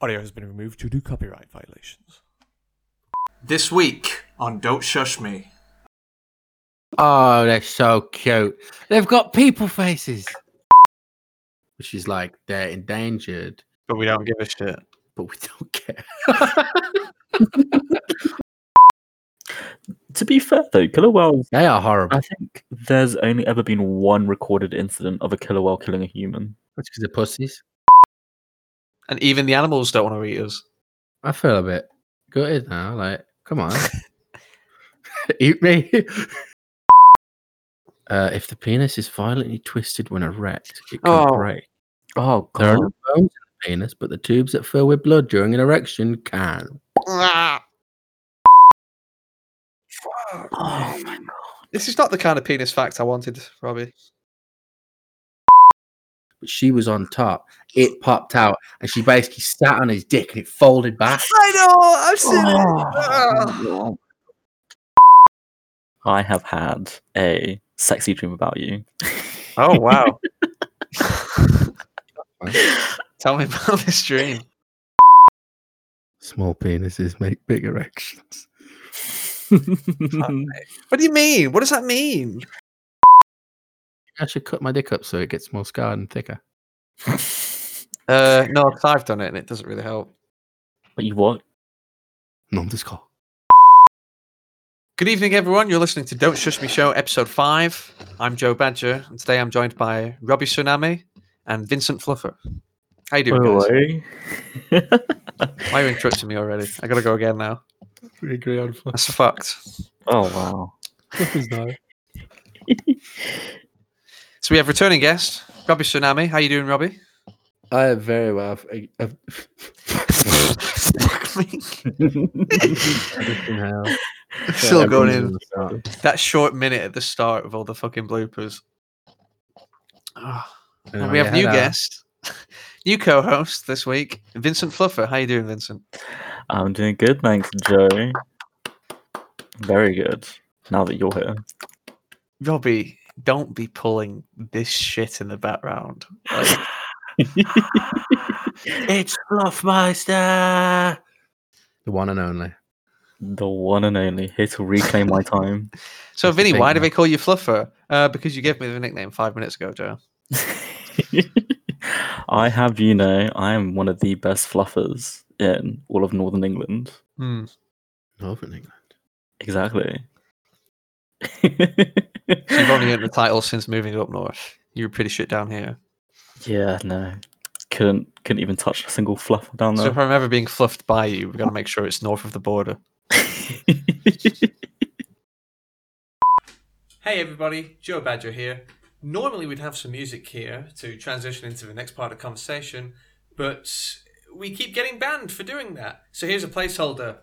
Audio has been removed due to copyright violations. This week on Don't Shush Me. Oh, they're so cute. They've got people faces, which is like they're endangered, But we don't give a shit. but we don't care. To be fair though, killer whales. They are I horrible think there's only ever been one recorded incident of a killer whale killing a human. because they're pussies. And even the animals don't want to eat us. I feel a bit gutted now. Like, come on, eat me. uh, if the penis is violently twisted when erect, it can Oh. break. Oh There are no bones in the penis, but the tubes that fill with blood during an erection can. Oh my god. This is not the kind of penis fact I wanted, Robbie. But she was on top. It popped out, and she basically sat on his dick, and it folded back. I know, I've seen I have had a sexy dream about you. Oh wow. Tell me about this dream. Small penises make big erections. What do you mean? What does that mean? I should cut my dick up so it gets more scarred and thicker. Uh no, 'cause I've done it and it doesn't really help. But you what? Non discal. Good evening, everyone. You're listening to Don't Shush Me Show, episode five. I'm Joe Badger, and today I'm joined by Robbie Tsunami and Vincent Fluffer. How you doing, guys? Why are you interrupting me already? I gotta go again now. We agree on fluff. That's fucked. oh wow. is no. So we have returning guest Robbie Tsunami. How you doing, Robbie? I am very well. I, I've, Fuck me. fucking hell. Still going Everyone's in. on the That short minute at the start with all the fucking bloopers. Ah, start. and Oh, we have yeah, new hello. guest, new co-host this week, Vincent Fluffer. How you doing, Vincent? I'm doing good, thanks, Joe. Very good. Now that you're here. Robbie, don't be pulling this shit in the background. Like, It's Fluffmeister. The one and only. the one and only here to reclaim my time. so, That's the Vinny, thing, why do man. they call you Fluffer? Uh, because you gave me the nickname five minutes ago, Joe. I have you know, I am one of the best fluffers in all of Northern England. Hmm. Northern England. Exactly. You've only earned the title since moving up north. You were pretty shit down here. yeah, no. Couldn't couldn't even touch a single fluff down So there. if I'm ever being fluffed by you, we've got to make sure it's north of the border. Hey everybody, Joe Badger here. Normally we'd have some music here to transition into the next part of conversation, but we keep getting banned for doing that. So here's a placeholder.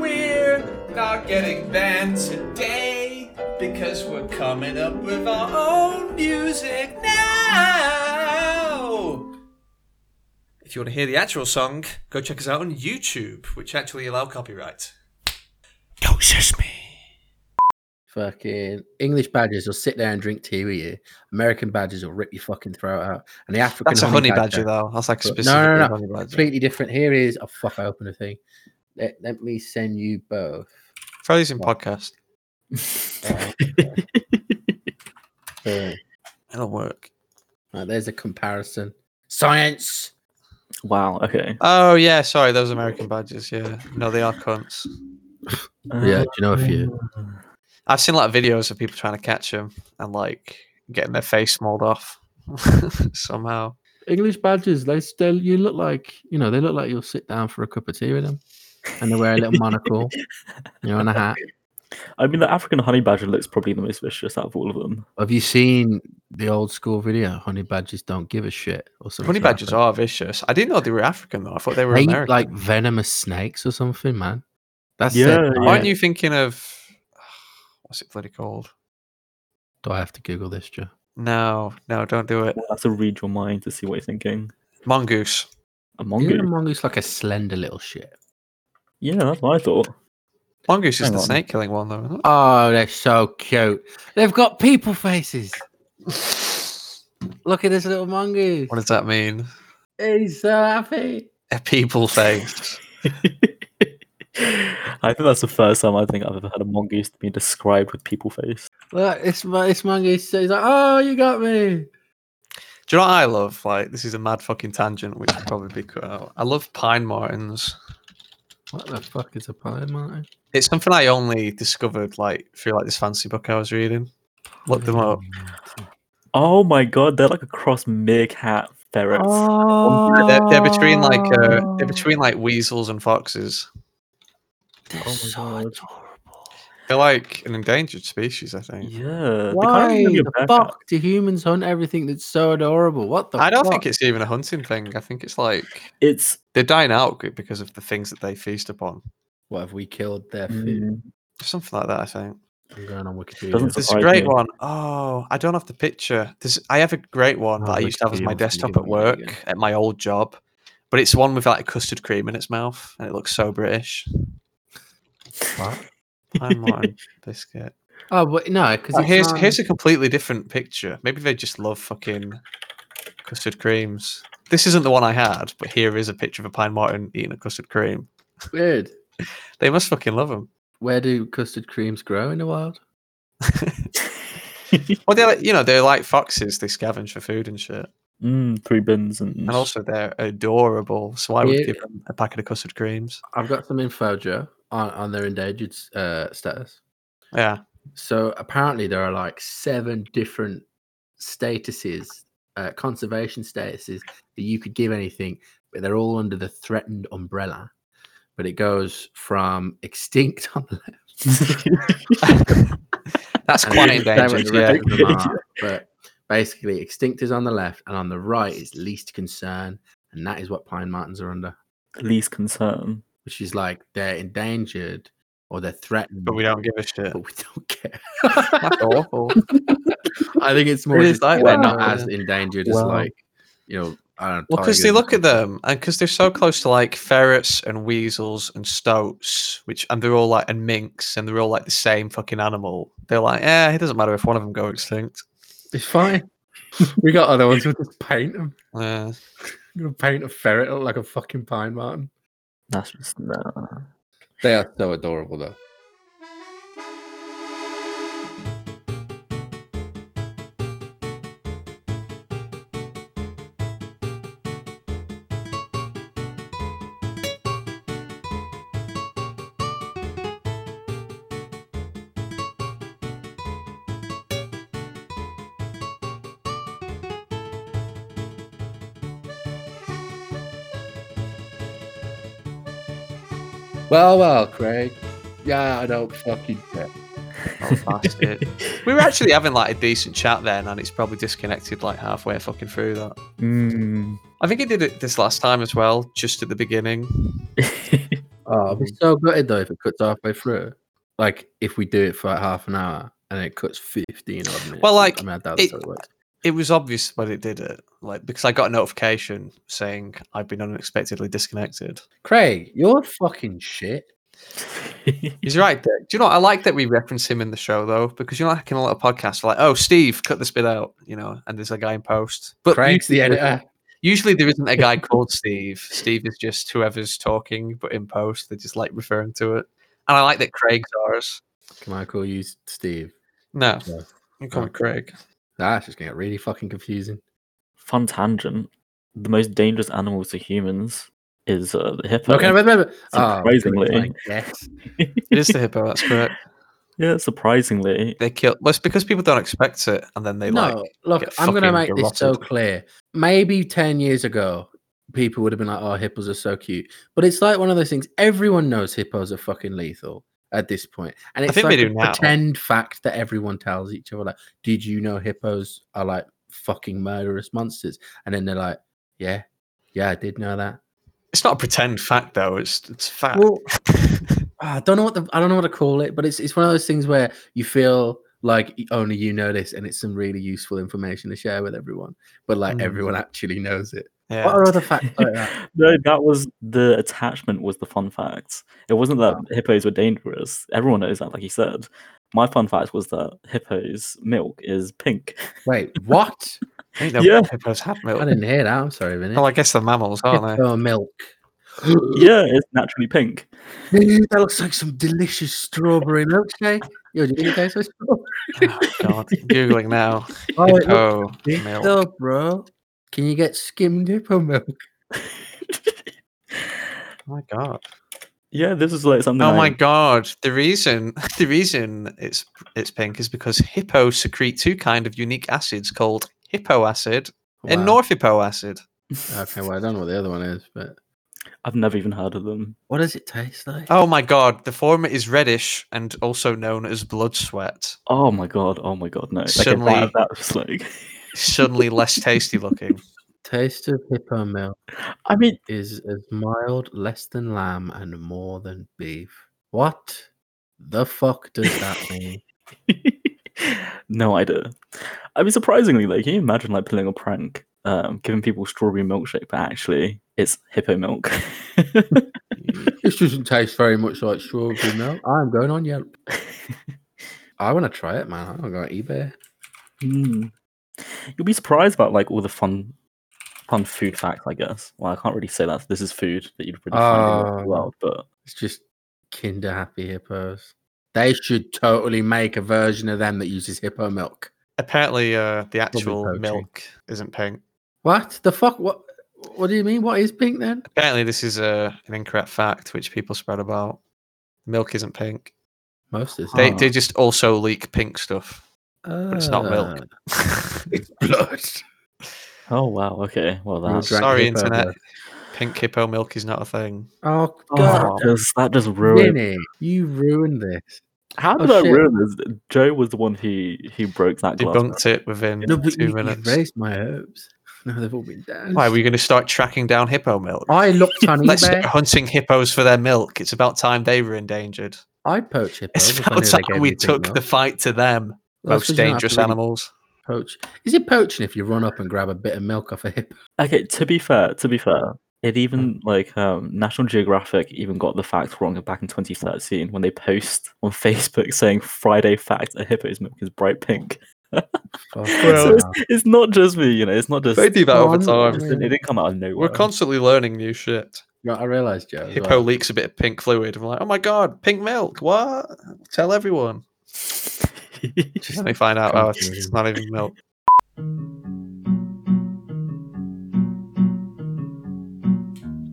We're not getting banned today because we're coming up with our own music now. If you want to hear the actual song, go check us out on YouTube, which actually allow copyright. Don't shush me. Fucking English badgers will sit there and drink tea with you. American badgers will rip your fucking throat out. And the African That's a honey badger, though. That's like But- specific no, no, no, honey badger. completely different. Here is oh fuck, I opened a thing. Let, let me send you both. Try these in podcast. Boom. It'll work. Right, there's a comparison. Science. wow, okay. Oh yeah, sorry, those American badgers. Yeah, no, they are cunts. Yeah, do you know a few? Um, I've seen like videos of people trying to catch them and like getting their face mauled off somehow. English badgers, they still you look like you know they look like you'll sit down for a cup of tea with them, and they wear a little monocle, you know, and a hat. I mean the African honey badger looks probably the most vicious out of all of them. Have you seen the old school video? Honey badgers don't give a shit, or something. Honey like badgers that? are vicious. I didn't know they were African though. I thought they were They eat, American. like venomous snakes or something, man. That's Yeah, it. yeah. Aren't you thinking of what's it bloody called? Do I have to Google this, Joe? No, no, don't do it. Well, that's to read your mind to see what you're thinking. Mongoose. A Even a mongoose. mongoose like a slender little shit. Yeah, that's what I thought. Mongoose is Hang the on. snake killing one though. Isn't it? Oh, they're so cute. They've got people faces. Look at this little mongoose. What does that mean? He's so happy. a people face. I think that's the first time I think I've ever had a mongoose being described with people face. Look, it's my it's mongoose. so He's like, oh, you got me. Do you know what I love? Like, this is a mad fucking tangent, which should probably be cut out. I love pine martins. What the fuck is a pie, Martin? It's something I only discovered like through like this fancy book I was reading. Look them up. Oh my god, they're like a cross meerkat ferrets. Oh, They're, they're between like uh, Oh. they're between Oh like weasels and foxes. They're my so God. adorable. They're like an endangered species, I think. Yeah. Why They kind of remind me of the a bearcat. fuck do humans hunt everything that's so adorable? What the I don't fuck? think it's even a hunting thing. I think it's like It's they're dying out g- because of the things that they feast upon. What have we killed their food? mm, Something like that, I think. I'm going on Doesn't Wikipedia. That's There's a what I great do. one. Oh, I don't have the picture. There's, I have a great one Oh, that I used to have as my Wikipedia must be desktop at giving me work again. at my old job, but it's one with like custard cream in its mouth, and it looks so British. What? Pine Martin biscuit. Oh, but no, because Oh, here's here's a completely different picture. Maybe they just love fucking custard creams. This isn't the one I had, but here is a picture of a pine martin eating a custard cream. weird. They must fucking love them. Where do custard creams grow in the wild? Well, they're like, you know they're like foxes. They scavenge for food and shit. mm, three bins and, And also they're adorable. So I would Yeah. give them a packet of custard creams. I've got some info, Joe, on, on their endangered uh, status. Yeah. So apparently there are like seven different statuses, uh, conservation statuses that you could give anything, but they're all under the threatened umbrella. But it goes from extinct on the left. That's and quite then the seven endangered. the Yeah. rest of them are, But basically, extinct is on the left, and on the right is least concern, and that is what pine martins are under, least concern. which is like they're endangered or they're threatened, But we don't give a shit. but we don't care. That's awful. I think it's more It is just like they're that, not yeah. as endangered as Wow. like you know. I don't Well, because they tigers look at and- them, and because they're so close to like ferrets and weasels and stoats, which and they're all like and minks, and they're all like the same fucking animal. They're like, eh, it doesn't matter if one of them go extinct. It's fine. we got other ones. We'll just paint them. Yeah. I'm gonna paint a ferret look like a fucking pine martin. That's just nah. They are so adorable, though. Well, well, Craig. Yeah, I don't fucking care. Oh, bastard. we were actually having like a decent chat then, and it's probably disconnected like halfway fucking through that. Mm. I think he did it this last time as well, just at the beginning. Oh, I'd be so gutted though if it cuts halfway through. Like if we do it for like half an hour and it cuts fifteen odd minutes. Well, like, I mean, I doubt that's it- how it works. It was obvious when it did it, like because I got a notification saying I've been unexpectedly disconnected. Craig, you're fucking shit. He's right there. Do you know? what? I like that we reference him in the show though, because you know, like in a lot of podcasts, like, "Oh, Steve, cut this bit out," you know, and there's a guy in post. But Craig's the usually- editor. Usually, there isn't a guy called Steve. Steve is just whoever's talking, but in post, they're just like referring to it. And I like that Craig's ours. Can I call you Steve? No, Yeah. you call me Craig. That's just gonna get really fucking confusing. Fun tangent. The most dangerous animal to humans is uh, the hippo. Okay, but, but, but, oh, good, Surprisingly. I guess. It is the hippo. That's correct. yeah, surprisingly. They kill. Well, it's because people don't expect it, and then they no, like. look, get I'm going to make fucking this so garrotted. clear. Maybe 10 years ago, people would have been like, oh, hippos are so cute. But it's like one of those things, everyone knows hippos are fucking lethal at this point. And it's think like they a do now. pretend fact that everyone tells each other, like, did you know hippos are like fucking murderous monsters? And then they're like, yeah, yeah, I did know that. It's not a pretend fact though. It's it's fact. Well, Ah, I don't know what the I don't know what to call it, but it's it's one of those things where you feel like y- only you know this, and it's some really useful information to share with everyone. But like everyone actually knows it. yeah. What are other facts like uh, that? No, that was the attachment was the fun fact. It wasn't that hippos were dangerous. Everyone knows that, like you said. My fun fact was that hippos' milk is pink. Wait, what? Ain't no Yeah. hippos have I milk. didn't hear that. I'm sorry, Vinny. Well, I guess they're mammals, aren't they? Hippo milk. yeah, it's naturally pink. that looks like some delicious strawberry milkshake. Yo, do you think it tastes like strawberry? Oh, God, googling now. Oh, it looks Hippo thick milk. though, bro. Can you get skimmed hippo milk? Oh my God. Yeah, this is like something. Oh I- my God. The reason the reason it's it's pink is because hippo secrete two kind of unique acids called hippo acid and Wow. norphipo acid. Okay, well, I don't know what the other one is, but I've never even heard of them. what does it taste like? Oh my God. The former is reddish and also known as blood sweat. Oh my god! Oh my god! No, like Suddenly- that, that was like. Suddenly less tasty looking. Taste of hippo milk I mean, is as mild, less than lamb, and more than beef. What the fuck does that mean? no idea. I mean, surprisingly, like, can you imagine like pulling a prank, um, giving people strawberry milkshake, but actually it's hippo milk. this doesn't taste very much like strawberry milk. I'm going on Yelp. I want to try it, man. I'm going to eBay. Mm. You'll be surprised about like all the fun, fun food facts. I guess. Well, I can't really say that this is food that you'd really find in the Oh. world, but It's just Kinder Happy Hippos. They should totally make a version of them that uses hippo milk. Apparently, uh, the actual poaching. milk isn't pink. What the fuck? What? What do you mean? What is pink then? Apparently, this is uh, an incorrect fact which people spread about. Milk isn't pink. Most is They, Ah. they just also leak pink stuff. it's not milk. Ah. It's blood. oh wow, okay, well You'll that's drank Sorry, hippo internet. blood. Pink hippo milk is not a thing. Oh Oh, god, that just- that just ruined. Vinny, you ruined this. How did Oh, I shit. ruin this? Joe was the one who who broke that glass. Debunked it within No, but two you, you minutes. raised my hopes. No, they've all been down. Why are we going to start tracking down hippo milk? I looked on Let's eBay. start hunting hippos for their milk. It's about time they were endangered. I'd poach hippos. It's if I about knew they time gave we me big took the milk. fight to them, Well, most that's 'cause you don't have to dangerous really animals. Poach. Is it poaching if you run up and grab a bit of milk off a hippo? Okay, to be fair, to be fair, it even like um, National Geographic even got the fact wrong back in 2013 when they post on Facebook saying Friday fact a hippo's milk is bright pink. Oh, Fuck Well- no. It's not just me, you know. It's not just They do that over over Well, I'm- time. It didn't come out of nowhere. We're constantly learning new shit. You know what I realised, Joe. as Hippo well? leaks a bit of pink fluid. I'm like, oh my god, pink milk. What? Tell everyone. Just let me find out. Oh, it's, it's not even milk.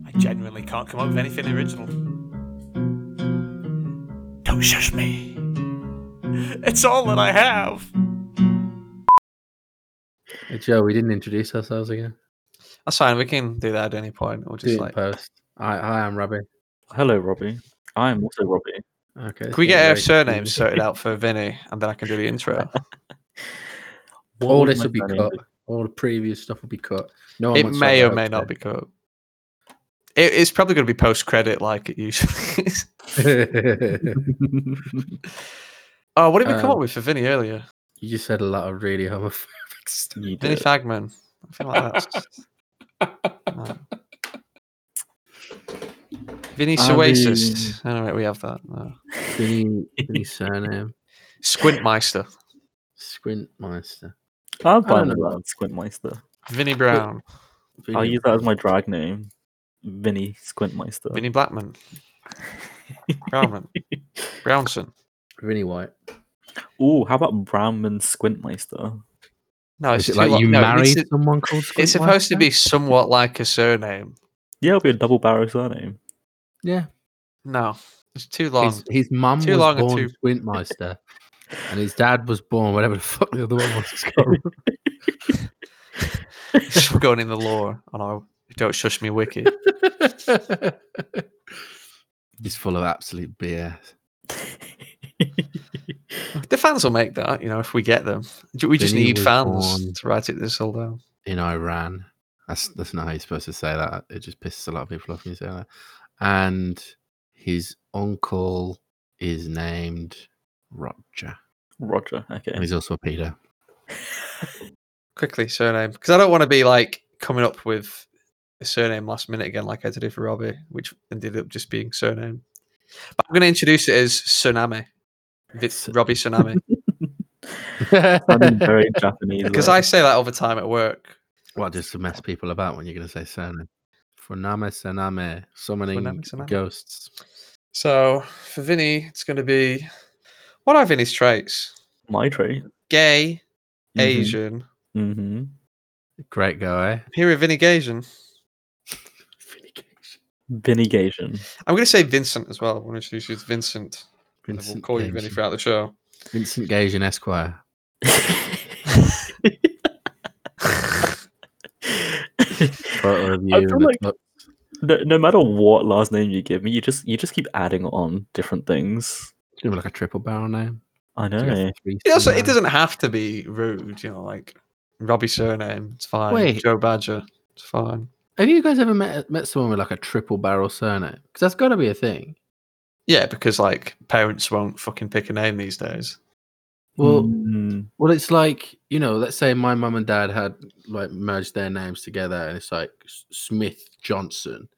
I genuinely can't come up with anything original. Don't shush me. It's all that I have. Hey, Joe, we didn't introduce ourselves again. That's fine. We can do that at any point. We'll Do it just in like. post. Hi, hi, I'm Robbie. Hello, Robbie. I am also Robbie. Okay. Can we get our surnames sorted out for Vinny, and then I can do the intro? What All would this my will be surname cut. All the previous stuff will be cut. No one it wants to may have or a may hoax not be cut. It, it's probably going to be post credit, like it usually is. there. be? Oh, what did we come up Um, with for Vinny earlier? you just said a lot of really homophobic stuff. You Vinny did. Fagman. I feel like that's. No. Vinny I Suasis. All right, we have that. No. Vinny, Vinny surname, Squintmeister. Squintmeister. I'm I don't fine with know. that. Squintmeister. Vinny Brown. I'll Vinny. use that as my drag name. Vinny Squintmeister. Vinny Blackman. Brownman. Brownson. Vinny White. Ooh, how about Brownman Squintmeister? No, it's Is it too like lo- you no, it needs married to- someone called It's supposed to Squintmeister? be somewhat like a surname. Yeah, it'll be a double barrel surname. Yeah. No, it's too long. His, his mum Too was long and born too- Squintmeister. and his dad was born whatever the fuck the other one was. It's called. It's going in the lore on our Don't Shush Me Wiki. He's full of absolute BS. the fans will make that, you know, if we get them. Ju- We just Vinny need was fans born- to write it this all down. in Iran. That's that's not how you're supposed to say that. It just pisses a lot of people off when you say that. And his uncle is named Roger. Roger. Okay. And he's also a pedo. Quickly, surname. Because I don't want to be like coming up with a surname last minute again, like I had to do for Robbie, which ended up just being surname. But I'm going to introduce it as Tsunami. It's Tsu- Robbie Tsunami. Sounding very Japanese. Because like. I say that all the time at work. what just to mess people about when you're going to say surname? Funame Saname, summoning Funame Saname. ghosts. So for Vinny, it's going to be what are Vinny's traits? My trait. Gay, Asian. Mm-hmm. Great eh? guy. Here with Vinny Gasian. Vinigation. I'm going to say Vincent as well. I'm going to introduce you as Vincent. and then Vincent we'll call you Vinny Gagin. throughout the show. Vincent Gagin Esquire. Photo review I feel of the like top- no, no matter what last name you give me, you just you just keep adding on different things. give him like a triple barrel name. I So you got know. three It, also, it surname. doesn't have to be rude, you know, like Robbie surname. It's fine. Wait. Joe Badger. It's fine. Have you guys ever met met someone with like a triple barrel surname? Because that's got to be a thing. Yeah, because like parents won't fucking pick a name these days. Well, Mm, well, it's like you know, let's say my mum and dad had like merged their names together, and it's like S- Smith Johnson.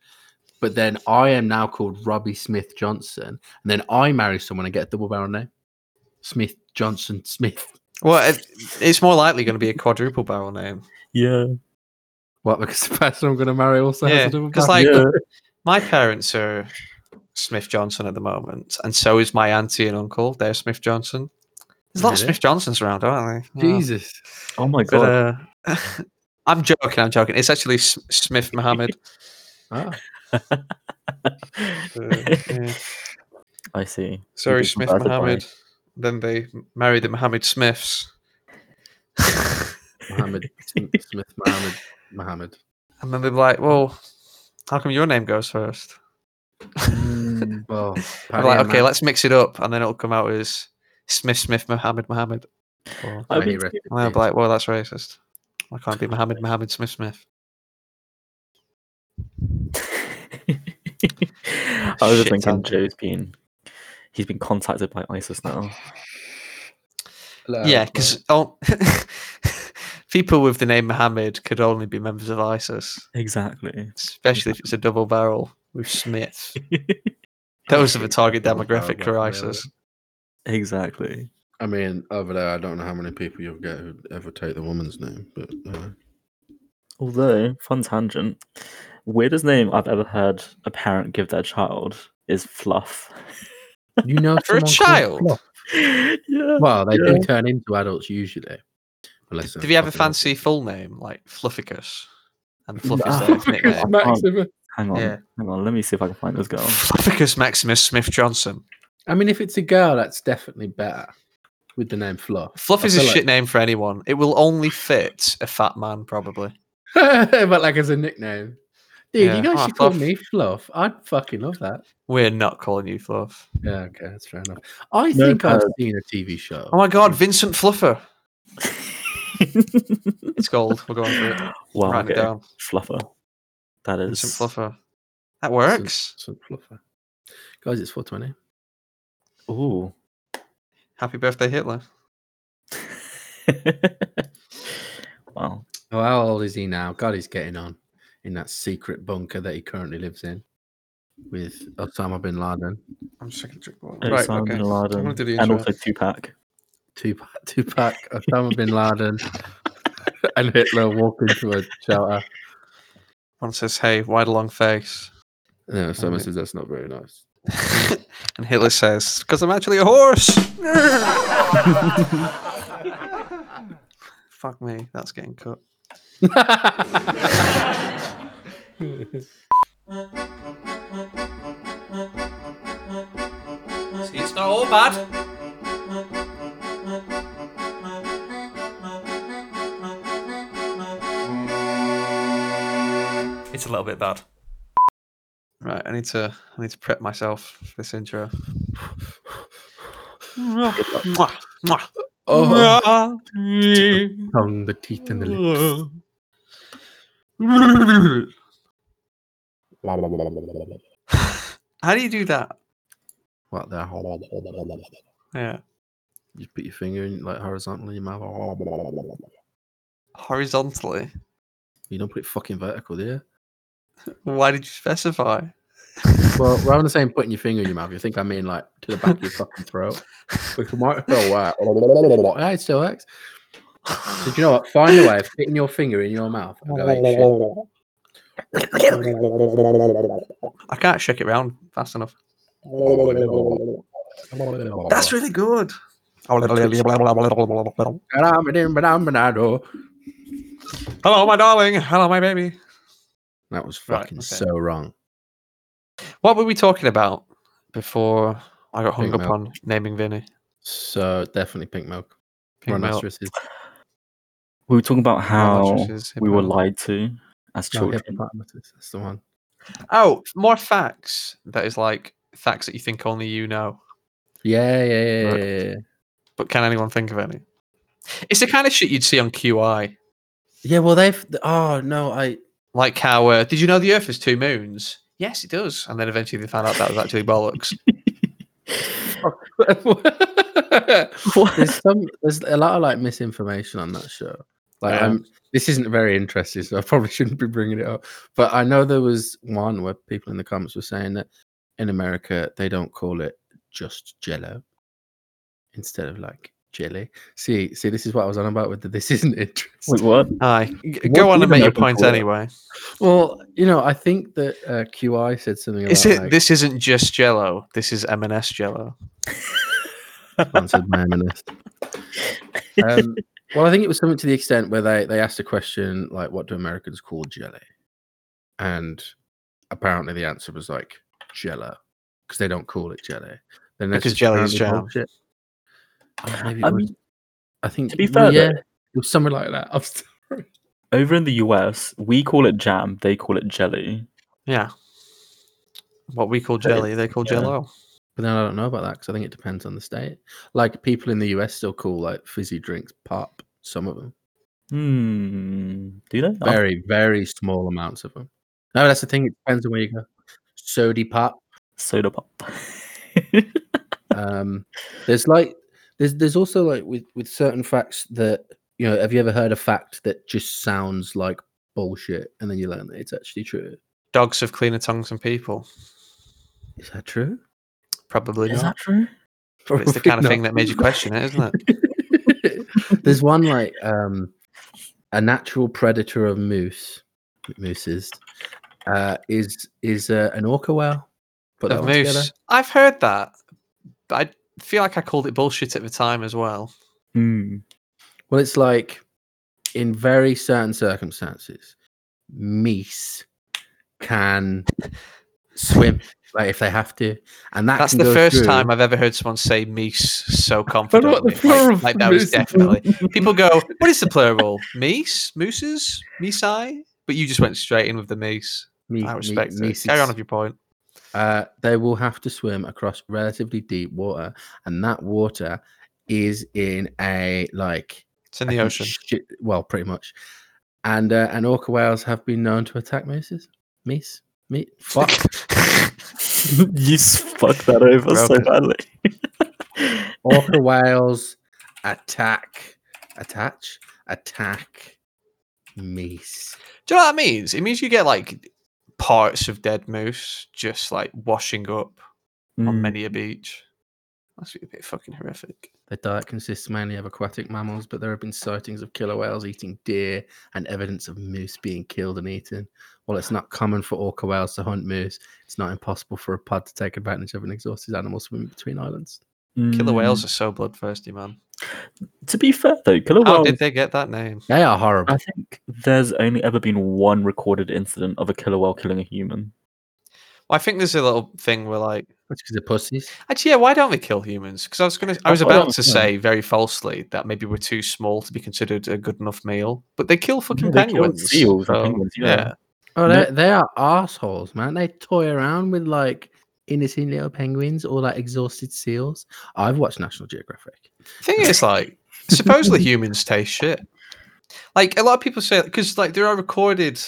But then I am now called Robbie Smith Johnson, and then I marry someone and get a double barrel name, Smith Johnson Smith. Well, it, it's more likely going to be a quadruple barrel name. yeah. What? Because the person I'm going to marry also has Yeah, a double because barrel. like Yeah. my parents are Smith Johnson at the moment, and so is my auntie and uncle. They're Smith Johnson. There's a lot of Really? Smith Johnsons around, aren't there? Yeah. Jesus. Oh my god. But, uh, I'm joking. I'm joking. It's actually S- Smith Mohammed. Ah. Uh, yeah. I see. Sorry, You've been Smith converted by- Mohammed. Then they married the Mohammed Smiths. Mohammed Sm- Smith Mohammed Mohammed. And then they're like, well, how come your name goes first? Mm, Well, I'm Paddy like, and okay, Matt- let's mix it up. And then it'll come out as Smith, Smith, Mohammed, Mohammed. Or- I Tiny mean, recipe. And I'll be like, well, that's racist. I can't be Mohammed Mohammed Smith Smith. I was just Shit, thinking Andrew. Joe's been he's been contacted by ISIS now. Hello, yeah, because people with the name Mohammed could only be members of ISIS, Exactly. especially if it's a double barrel with Smith. Those are the target Double demographic for barrel, yeah, ISIS. exactly. I mean, over there, I don't know how many people you'll get who ever take the woman's name, but uh, Although, fun tangent, weirdest name I've ever heard a parent give their child is Fluff. you know, For a someone called child? Fluff? yeah. Well, they Yeah. do turn into adults usually. Unless Did they're you have a fucking awful. fancy full name like Flufficus? And Nah. Flufficus nickname. Um, Maximus. Hang on. Yeah. Hang on. Let me see if I can find this girl. Flufficus Maximus Smith Johnson. I mean, if it's a girl, that's definitely better with the name Fluff. Fluff I is a feel like- shit name for anyone. It will only fit a fat man, probably. but like as a nickname. Dude, Yeah. you guys Oh, should call Fluff. me Fluff. I'd fucking love that. We're not calling you Fluff. Yeah, okay, that's fair enough. I No, think I've uh, seen a TV show. Oh my god, Vincent Fluffer. It's gold. We're going for it. wow. Write Okay. it down. Fluffer. That is. Vincent Fluffer. That Some- works. some fluffer. Guys, it's 420. Ooh. Happy birthday, Hitler. wow. Oh, how old is he now? God, he's getting on in that secret bunker that he currently lives in with Osama bin Laden. I'm just gonna drink water. Right, Osama okay. bin I'm Laden. gonna do the and intro. also Tupac. Tupac, Tupac Osama bin Laden, and Hitler walk into a shelter. One says, hey, wide long face. No, someone Okay. says that's not very nice. and Hitler says, because I'm actually a horse. Fuck me, that's getting cut. See, it's not all bad. It's a little bit bad. Right, I need to I need to prep myself for this intro. Mwah, mwah, Oh, mwah. tongue, the teeth, and the lips. How do you do that? What there? Yeah. You put your finger in like horizontally in your mouth. Horizontally. You don't put it fucking vertical, do you? Why did you specify? Well, rather than saying putting your finger in your mouth, you think I mean like to the back of your fucking throat. Which might feel like, yeah, it still works. So do you know what? Find a way of fitting your finger in your mouth. And go, like, shit. I can't shake it round fast enough. That's really good. Hello, That my darling. Hello, my baby. was Right, fucking okay. so wrong. What were we talking about before I got hung Pink up milk. on naming Vinny? So definitely pink milk. Pink milk, Rhinoceroses. We were talking Oh, about how rhinoceroses, we were hippo. lied to as No, children. hippopotamus. That's the one. Oh, more facts. That is like facts that you think only you know. Yeah, yeah, yeah, Right. yeah, yeah. But can anyone think of any? It's the kind of shit you'd see on QI. Yeah, well, they've. Oh, no, I. Like how, uh, did you know the Earth has two moons? Yes, it does. And then eventually they found out that was actually bollocks. What? There's some. There's a lot of like misinformation on that show. Like, Yeah. I'm. This isn't very interesting, so I probably shouldn't be bringing it up. But I know there was one where people in the comments were saying that in America they don't call it just Jello instead of like jelly. See, see, this is what I was on about with the, this isn't interesting. Wait, what? Aye. G- What Go do on you and make your reckon point for it? anyway. Well, you know, I think that uh, QI said something. About, Is it, like, this isn't just jello. This is M&S jello. sponsored mayonnaise. Um, well, I think it was something to the extent where they, they asked a question like, "What do Americans call jelly?" And apparently, the answer was like Jello because they don't call it jelly. Then that's Because just jelly is apparently jam. bullshit. Oh, maybe it I was- mean, I think Um, to be well, fair, yeah, though- it was somewhere like that. I'm st- Over in the US, we call it jam, they call it jelly. Yeah. What we call But it- jelly, they call yeah. jello. but then I don't know about that because I think it depends on the state. Like people in the US still call like fizzy drinks pop. Some of them. Hmm. Do they? I- Very, very small amounts of them. No, that's the thing. It depends on where you go. Sody pop. Soda pop. Um, there's like, there's there's also like with with certain facts that you know. Have you ever heard a fact that just sounds like bullshit, and then you learn that it's actually true? Dogs have cleaner tongues than people. Is that true? Probably Is not. that true? But it's the kind of thing that made you question it, isn't it? that. there's one like um, a natural predator of moose, mooses, uh, is is uh, an orca whale. Put that Of one moose. together. I've heard that. But I feel like I called it bullshit at the time as well. Hmm. Well, it's like in very certain circumstances, meese can swim like if they have to, and that That's can the go first through- time I've ever heard someone say meese so I don't know what the confidently. plural Like, of like that was moose is. definitely. People go, "What is the plural? Meese, mooses, meesei?" But you just went straight in with the meese. me- I me- respect it. meeses, Carry on with your point. uh, they will have to swim across relatively deep water, and that water is in a like It's in I the think ocean. shi- well, pretty much. And uh, and orca whales have been known to attack mooses, meese, me, fuck. you s- fucked that over so Broken. badly. Orca whales attack, attach, attack, meese. Do you know what that means? It means you get like parts of dead moose just like washing up on Hmm. many a beach. That's a bit fucking horrific. Their diet consists mainly of aquatic mammals, but there have been sightings of killer whales eating deer and evidence of moose being killed and eaten. While it's not common for orca whales to hunt moose, it's not impossible for a pod to take advantage of an exhausted animal swimming between islands. Killer Hmm. whales are so bloodthirsty, man. To be fair though, killer How whales Oh, did they get that name? They are I horrible. think there's only ever been one recorded incident of a killer whale killing a human. Well, I think there's a little thing where like That's because they're pussies. actually, yeah, why don't we kill humans? Because I was gonna, I was That's what I about was to saying. say very falsely that maybe we're too small to be considered a good enough meal, but they kill fucking they kill penguins. seals and penguins, yeah. Oh, No- they, they are assholes, man. They toy around with like innocent little penguins or like exhausted seals. I've watched National Geographic. thing is like supposedly humans taste shit like a lot of people say because like there are recorded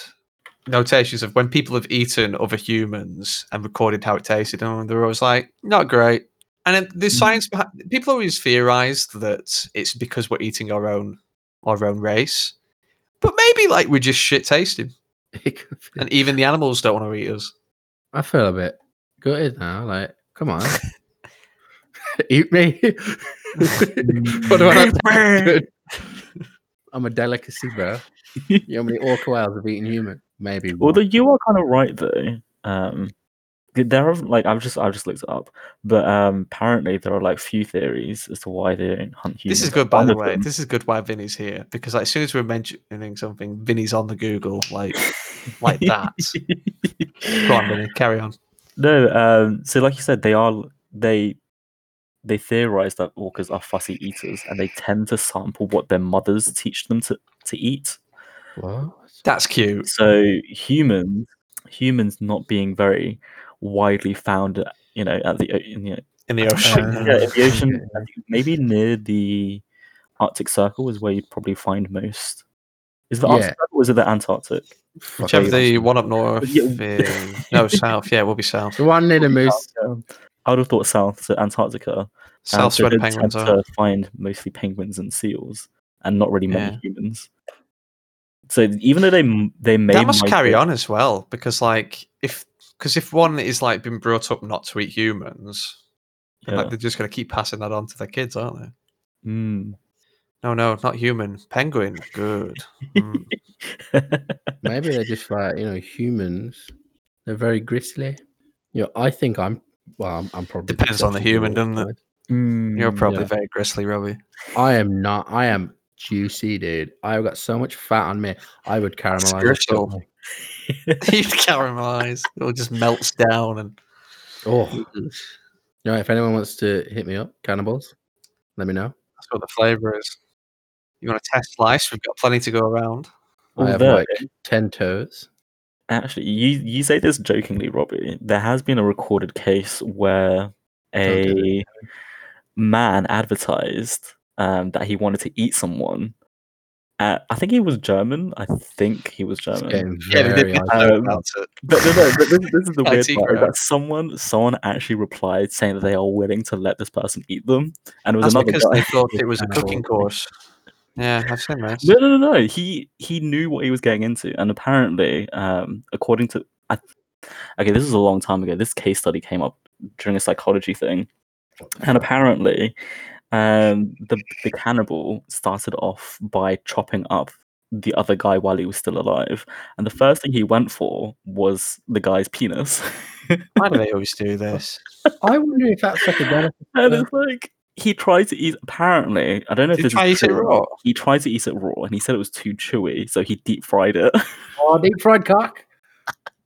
notations of when people have eaten other humans and recorded how it tasted and they're always like not great and then there's Mm. science behind people always theorized that it's because we're eating our own our own race but maybe like we're just shit tasting It could be- and even the animals don't want to eat us I feel a bit gutted now. Like, come on, eat me. Hmm. what do I have to do? I'm a delicacy, bro. You know how many orca whales have eaten human? Maybe one. Although you are kind of right though. Um, there are like I've just I've just looked it up, but um, apparently there are like few theories as to why they don't hunt humans. This is good, by One the of way. them- This is good why Vinny's here because like, as soon as we're mentioning something, Vinny's on the Google like like that. Go on, Vinny, carry on. No, um, so like you said, they are they they theorize that orcas are fussy eaters and they tend to sample what their mothers teach them to, to eat. What? That's cute. So humans humans not being very widely found, you know, at the o- in the, In the ocean. Uh, yeah, in the ocean, I think maybe near the Arctic Circle is where you'd probably find most. Is it the Arctic Yeah. Circle or is it the Antarctic? Whichever the one up north, Yeah. is- no south. Yeah, we'll be south. The one near the moose. um, I would have thought south to Antarctica. Um, South's so where the they penguins tend are. to find mostly penguins and seals, and not really many Yeah. humans. So even though they m- they may That must migrate- carry on as well because like if because if one is like been brought up not to eat humans, then, Yeah. like they're just gonna keep passing that on to their kids, aren't they? Mm. No, no, not human. Penguin. Good. Mm. Maybe they're just like you know humans. They're very gristly. Yeah, I think I'm. Well, I'm, I'm probably Depends on the exception to human, the doesn't it? side. Mm, You're probably yeah. very gristly, Robbie. I am not. I am juicy, dude. I've got so much fat on me. I would caramelize. Spiritual. instantly. You'd caramelize. It all just melts down and Oh, you know, if anyone wants to hit me up, cannibals, let me know. that's what the flavour is. You want a test slice? We've got plenty to go around. I have Although- like ten toes. Actually, you you say this jokingly, Robbie. There has been a recorded case where Oh, Don't do a man advertised um, that he wanted to eat someone. Uh, I think he was German. I think he was It's German. getting we very. did icy. know Um, about it. But no, no, but this, this is the I weird see part. is grab. That someone, someone actually replied saying that they are willing to let this person eat them, and it was That's another because guy. they thought it was a Cannibal. cooking course. Yeah, I've seen this. No, no, no, no. He he knew what he was getting into, and apparently, um, according to, I, okay, this was a long time ago. This case study came up during a psychology thing, and apparently, um, the the cannibal started off by chopping up the other guy while he was still alive, and the first thing he went for was the guy's penis. Why do they always do this? I wonder if that's like a benefit. And Yeah. it's like he tried to eat. Apparently, I don't know Did he if this try to is eat it true. raw? He tried to eat it raw, and he said it was too chewy, so he deep fried it. Oh, deep fried cock.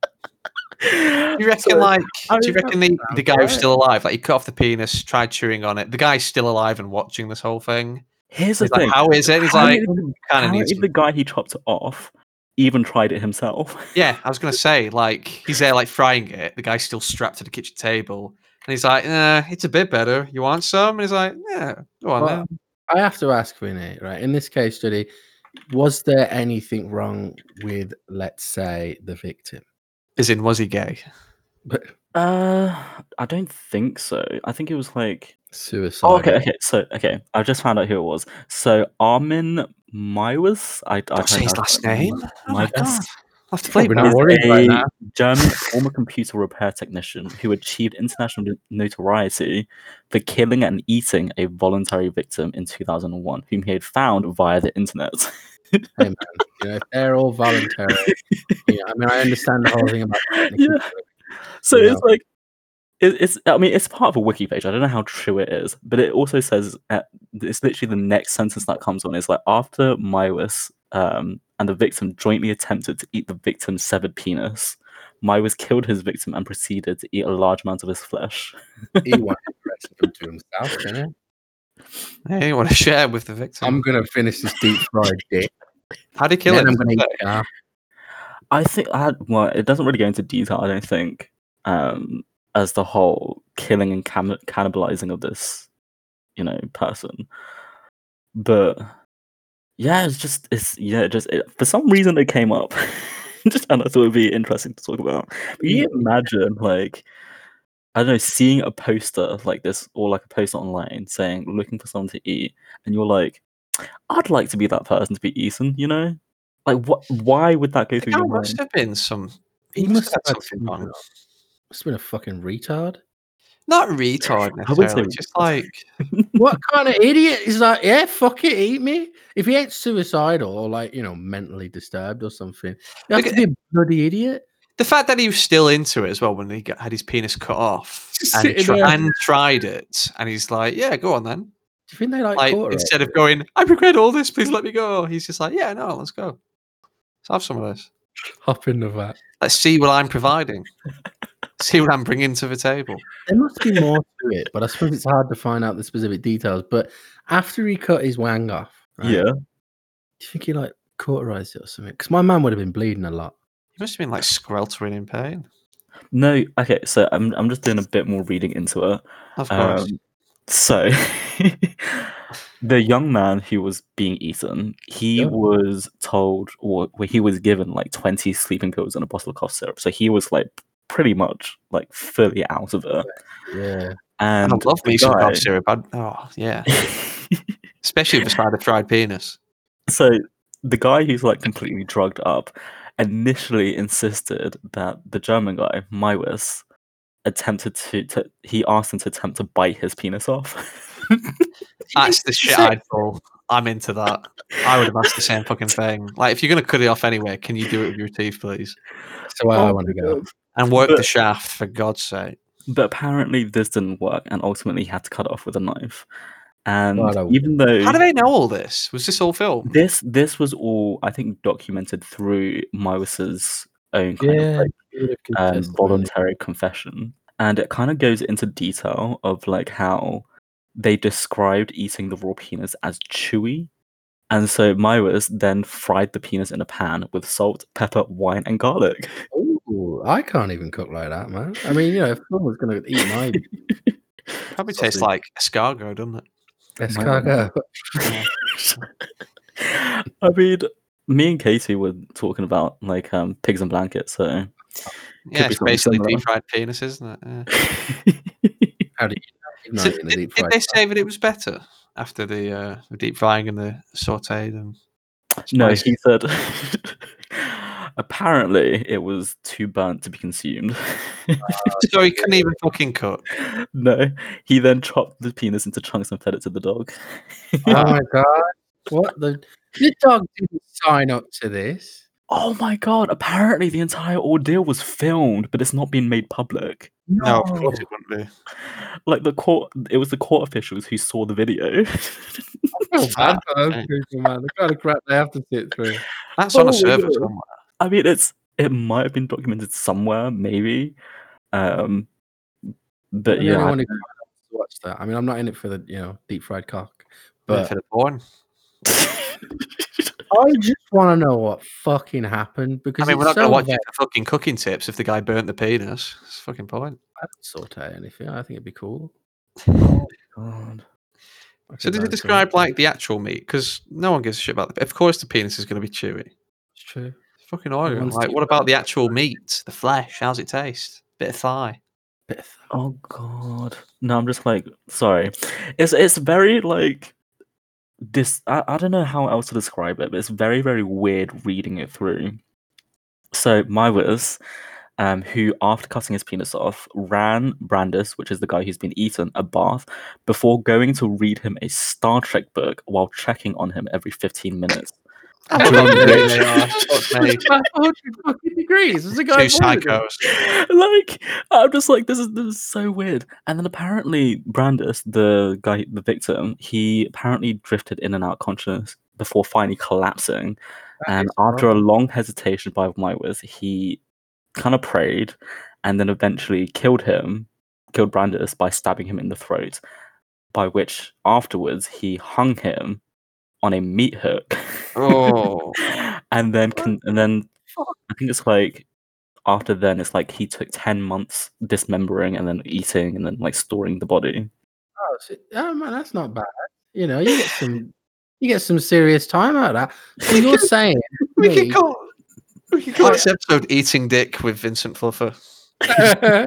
Do you reckon, So- like, I do you mean, reckon the, sounds the guy who's right. still alive, like, he cut off the penis, tried chewing on it. The guy's still alive and watching this whole thing. Here's the He's like, thing: how is it? He's How like, did- kind of How needs. did the guy he chopped it off even tried it himself? Yeah, I was gonna say, like, he's there, like, frying it. The guy's still strapped to the kitchen table, and he's like, "Nah, it's a bit better. You want some?" And he's like, "Yeah, go on Well, now." I have to ask Vinny, right? In this case study, was there anything wrong with, let's say, the victim? As in, was he gay? Ah. But Uh, I don't think so. I think it was like. suicide. Oh, okay, okay. So, okay, I've just found out who it was. So, Armin Maiwas. I, I Don't say his last name. Oh my god, Maiwas. I have to play We're not is that. worried a about that. German former computer repair technician who achieved international no- notoriety for killing and eating a voluntary victim in 2001, whom he had found via the internet. Hey, man, you know, if they're all voluntary. you know, I mean, I understand the whole thing about. technically, Yeah. So Yeah. it's like it, it's. I mean, it's part of a wiki page. I don't know how true it is, but it also says uh it's literally the next sentence that comes on is like after Mywis um, and the victim jointly attempted to eat the victim's severed penis. Mywis killed his victim and proceeded to eat a large amount of his flesh. He wanted to wrestle them to himself, didn't he? Hey, you want to share with the victim? I'm gonna finish this deep fried dick. How'd he kill then him? I'm gonna eat it up. I think I had, well, it doesn't really go into detail. I don't think um, as the whole killing and cam- cannibalizing of this, you know, person. But yeah, it's just it's yeah, it just it, for some reason it came up, just and I thought it'd be interesting to talk about. But you imagine like. I don't know, seeing a poster like this or like a poster online saying looking for someone to eat, and you're like, I'd like to be that person to be eaten, you know? Like what why would that go The through guy your must mind? have been some. He must have had had something wrong. Must have been a fucking retard. Not retard I wouldn't say necessarily, just retard. like what kind of idiot is like, yeah, fuck it, eat me? If he ain't suicidal or like, you know, mentally disturbed or something, you have to Okay. be a bloody idiot. the fact that he was still into it as well when he got, had his penis cut off Just and, he sitting tri- there. and tried it, and he's like, "Yeah, go on then." Do you think they like, Like caught her? instead of going, "I regret all this, please let me go," he's just like, "Yeah, no, let's go. Let's have some of this. Hop into that. Let's see what I'm providing. see what I'm bringing to the table." There must be more to it, but I suppose it's hard to find out the specific details. But after he cut his wang off, right, Yeah. do you think he like cauterized it or something? Because my man would have been bleeding a lot. He must have been like sweltering in pain. No. Okay. So I'm I'm just doing a bit more reading into it. Of course. Um, so, the young man who was being eaten, he Yeah. was told, or well, he was given like 20 sleeping pills and a bottle of cough syrup. So he was like pretty much like fully out of it. Yeah. And and I love the me some guy- cough syrup. I'd, oh yeah, especially beside a fried penis. so the guy who's like completely drugged up initially insisted that the German guy, Mywis, attempted to, to he asked him to attempt to bite his penis off. That's the shit I'd pull. I'm into that. I would have asked the same fucking thing. Like, if you're gonna cut it off anyway, can you do it with your teeth, please? Oh, That's where I want to go. And work the But- shaft, for God's sake. But apparently this didn't work, and ultimately he had to cut it off with a knife. And God, I even though How do they know all this? Was this all film? this this was all I think documented through Myris's own kind of Yeah. like, he would have um, contested it. voluntary confession, and it kind of goes into detail of like how they described eating the raw penis as chewy. And so Myris then fried the penis in a pan with salt, pepper, wine, and garlic. Ooh, I can't even cook like that, man. I mean, you know, if someone's gonna eat my Probably tastes sausage. like escargot, doesn't it? escargot, I mean, me and Katie were talking about like um, pigs and blankets, so Yeah, be it's something basically similar. deep fried penis, isn't it? Yeah. how do you know? So You're not eating a did, deep did fried they say that it was better after the, uh, the deep frying and the sauteed? And no, spiced? he said. Apparently, it was too burnt to be consumed. Oh, so he couldn't even fucking cook. no, he then chopped the penis into chunks and fed it to the dog. Oh my god! What the? The dog didn't sign up to this. Oh my god! Apparently, the entire ordeal was filmed, but it's not being made public. No, of course it wouldn't be. Like the court, it was the court officials who saw the video. Oh, bad Fuck, for eh? those people, man. The kind of crap they have to sit through. That's on Oh, a server yeah. somewhere. I mean, it's it might have been documented somewhere, maybe. Um, I'm but the yeah, only I- one who can't watch that. I mean, I'm not in it for the you know deep fried cock, But but for the porn. I just want to know what fucking happened I because mean, we're not it's going to so watch vague. it for fucking cooking tips if the guy burnt the penis. It's a fucking point. I don't saute anything. I think it'd be cool. God. I So could did learn it from describe like the actual meat? Because no one gives a shit about the. Of course, the penis is going to be chewy. It's true. It's fucking organ. Everyone's Like, deep what about the actual meat? The flesh? How's it taste? Bit of thigh. Bit of th- Oh god. No, I'm just like sorry. It's it's very like this I, I don't know how else to describe it, but it's very, very weird reading it through. So Mywis, um, who after cutting his penis off, ran Brandis, which is the guy who's been eaten, a bath before going to read him a Star Trek book while checking on him every 15 minutes. There they are. Fuck me. It's about 100 fucking degrees. There's a guy Two boiling it. psychos. like I'm just like this is this is so weird. And then apparently Brandis, the guy, the victim, he apparently drifted in and out conscious before finally collapsing. and after a long hesitation by Mywis, he kind of prayed, and then eventually killed him, killed Brandis by stabbing him in the throat. By which afterwards he hung him on a meat hook. Oh, and then con- and then fuck? I think it's like after then it's like he took ten months dismembering and then eating and then like storing the body. Oh, so- oh, man, that's not bad. You know, you get some, you get some serious time out of that. So you're saying we can me- call. We can call Oh. this episode "Eating Dick" with Vincent Fluffer. I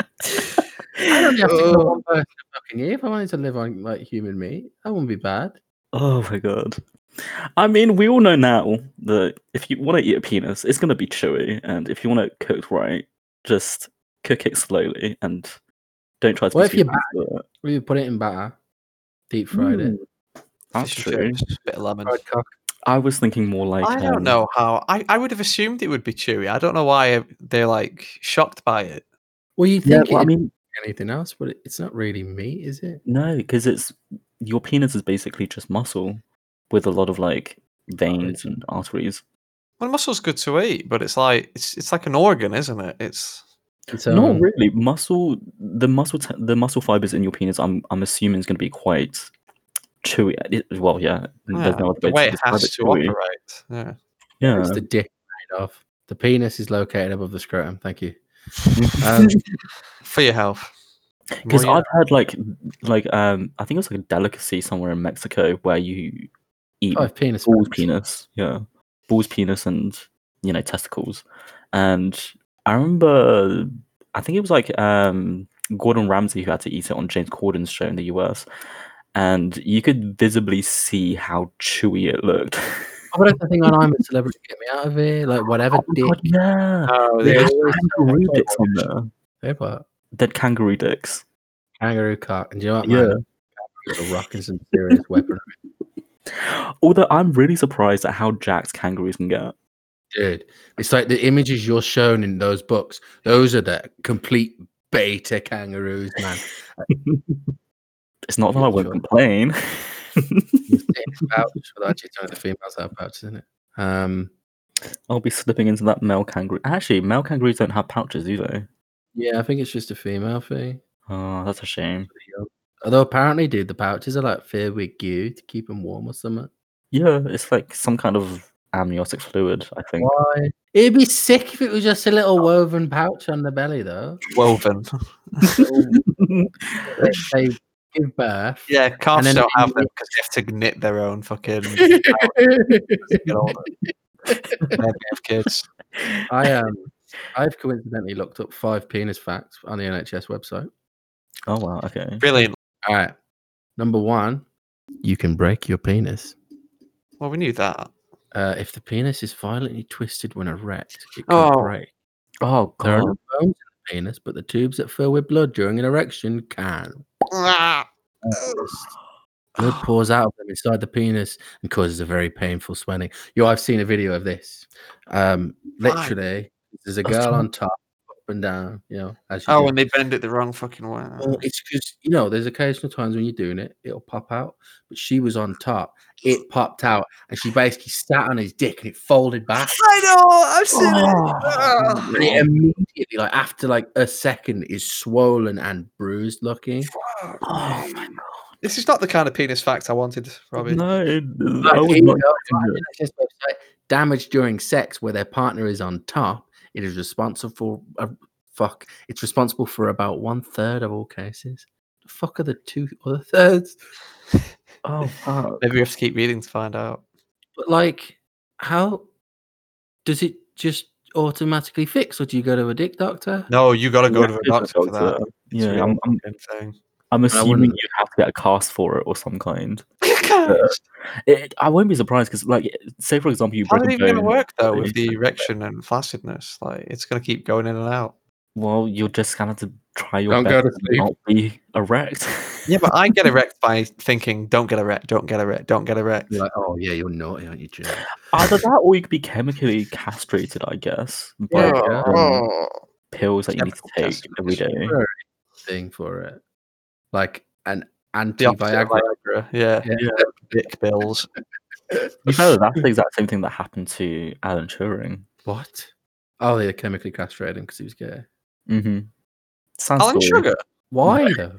don't have to Oh. go one person a fucking year. If I wanted to live on like human meat, that wouldn't be bad. Oh my god. I mean, we all know now that if you want to eat a penis, it's gonna be chewy, and if you want it cooked right, just cook it slowly and don't try to. What be if too you fast with it. We put it in batter, deep fried it. Mm. That's Fish true. chips, bit of lemon. Fried cock. I was thinking more like. I don't um, know how. I, I would have assumed it would be chewy. I don't know why they're like shocked by it. Well, you Yeah, think well, I it'd mean, be anything else, but it- it's not really meat, is it? No, because it's your penis is basically just muscle with a lot of like veins and arteries. Well, muscle's good to eat, but it's like it's it's like an organ, isn't it? It's It's, um, Not really. Muscle, the muscle, t- the muscle fibers in your penis. I'm, I'm assuming is going to be quite chewy. It- well, yeah. yeah, There's no other the way, way to it describe has it. to chewy. operate. Yeah. Yeah. It's the dick made of. The penis is located above the scrotum. Thank you. Um, Because For your health. More I've heard like, like um, I think it was like a delicacy somewhere in Mexico where you eat oh, penis. balls facts. penis yeah balls penis and you know testicles and i remember i think it was like um gordon ramsay who had to eat it on james corden's show in the us and you could visibly see how chewy it looked What about the thing on I'm a celebrity? Get me out of here. Like whatever dick. Oh God, yeah Oh, they Yeah. had always- kangaroo dicks on there They what? they had kangaroo dicks Kangaroo cock. And do you know what, Yeah. man? Kangaroos are rocking some serious weaponry, although i'm really surprised at how jacked kangaroos can get dude. It's like the images you're shown in those books. Those are the complete beta kangaroos, man. it's not that i won't Sure. complain It's about- well, actually, it's only the females that have pouches, isn't it? Um, i'll be slipping into that male kangaroo actually male kangaroos don't have pouches do they yeah, I think it's just a female thing. Oh, that's a shame. Although apparently, dude, the pouches are like filled with goo to keep them warm or something. Yeah, it's like some kind of amniotic fluid, I think. Why? It'd be sick if it was just a little woven pouch on the belly, though. woven. they, they give birth. Yeah, calves then don't they have them knit- because they have to knit their own fucking. get older. They have kids. I um, I've coincidentally looked up five penis facts on the NHS website. Oh wow, okay. Brilliant. All right, number one, you can break your penis. Well, we knew that. Uh, if the penis is violently twisted when erect, it can Oh. break. Oh There are god. no bones in the penis, but the tubes that fill with blood during an erection can. Blood Ah. pours out of them inside the penis and causes a very painful swelling. Yo, I've seen a video of this. Um, Why? literally, there's a I was girl trying- on top, up and down. You know, as you Oh, do. and they bend it the wrong fucking way. Well, it's because you know, there's occasional times when you're doing it, it'll pop out. But she was on top, it popped out, and she basically sat on his dick and it folded back. I know. I've seen And it immediately, like after like a second, is swollen and bruised looking. it. Oh, This is not the kind of penis fact I wanted, Robbie. No, th- Like, I would here you not go, do right, it. NHS website, damage during sex where their partner is on top, it is responsible for uh, fuck. It's responsible for about one third of all cases. The fuck are the two other thirds? Oh fuck. Maybe we have to keep reading to find out. But like, how does it just automatically fix, or do you go to a dick doctor? No, you got to go to a Yeah, doctor for that. It's Yeah, real I'm, I'm, fucking thing. I'm assuming wouldn't- you'd have to get a cast for it or some kind. It, I won't be surprised because, like, say for example, you How break is it a even going to bone. work though you with need the erection and flaccidness? Like, it's going to keep going in and out. Well, you're just gonna have to try your Don't go to best and sleep. not be erect. Yeah, but I get erect by thinking, "Don't get erect, don't get erect, don't get erect." You're like, oh yeah, you're naughty, aren't you, Jim? Either that, or you could be chemically castrated, I guess, by Yeah. um, pills that you need to Oh. Chemical take every day. castration. Thing for it, like an The anti opposite of Viagra. Viagra, yeah, Yeah. dick pills. You know, that's the exact same thing that happened to Alan Turing. What? Oh, they chemically castrated him because he was gay. Mm-hmm. Sounds Alan Sugar. Why though?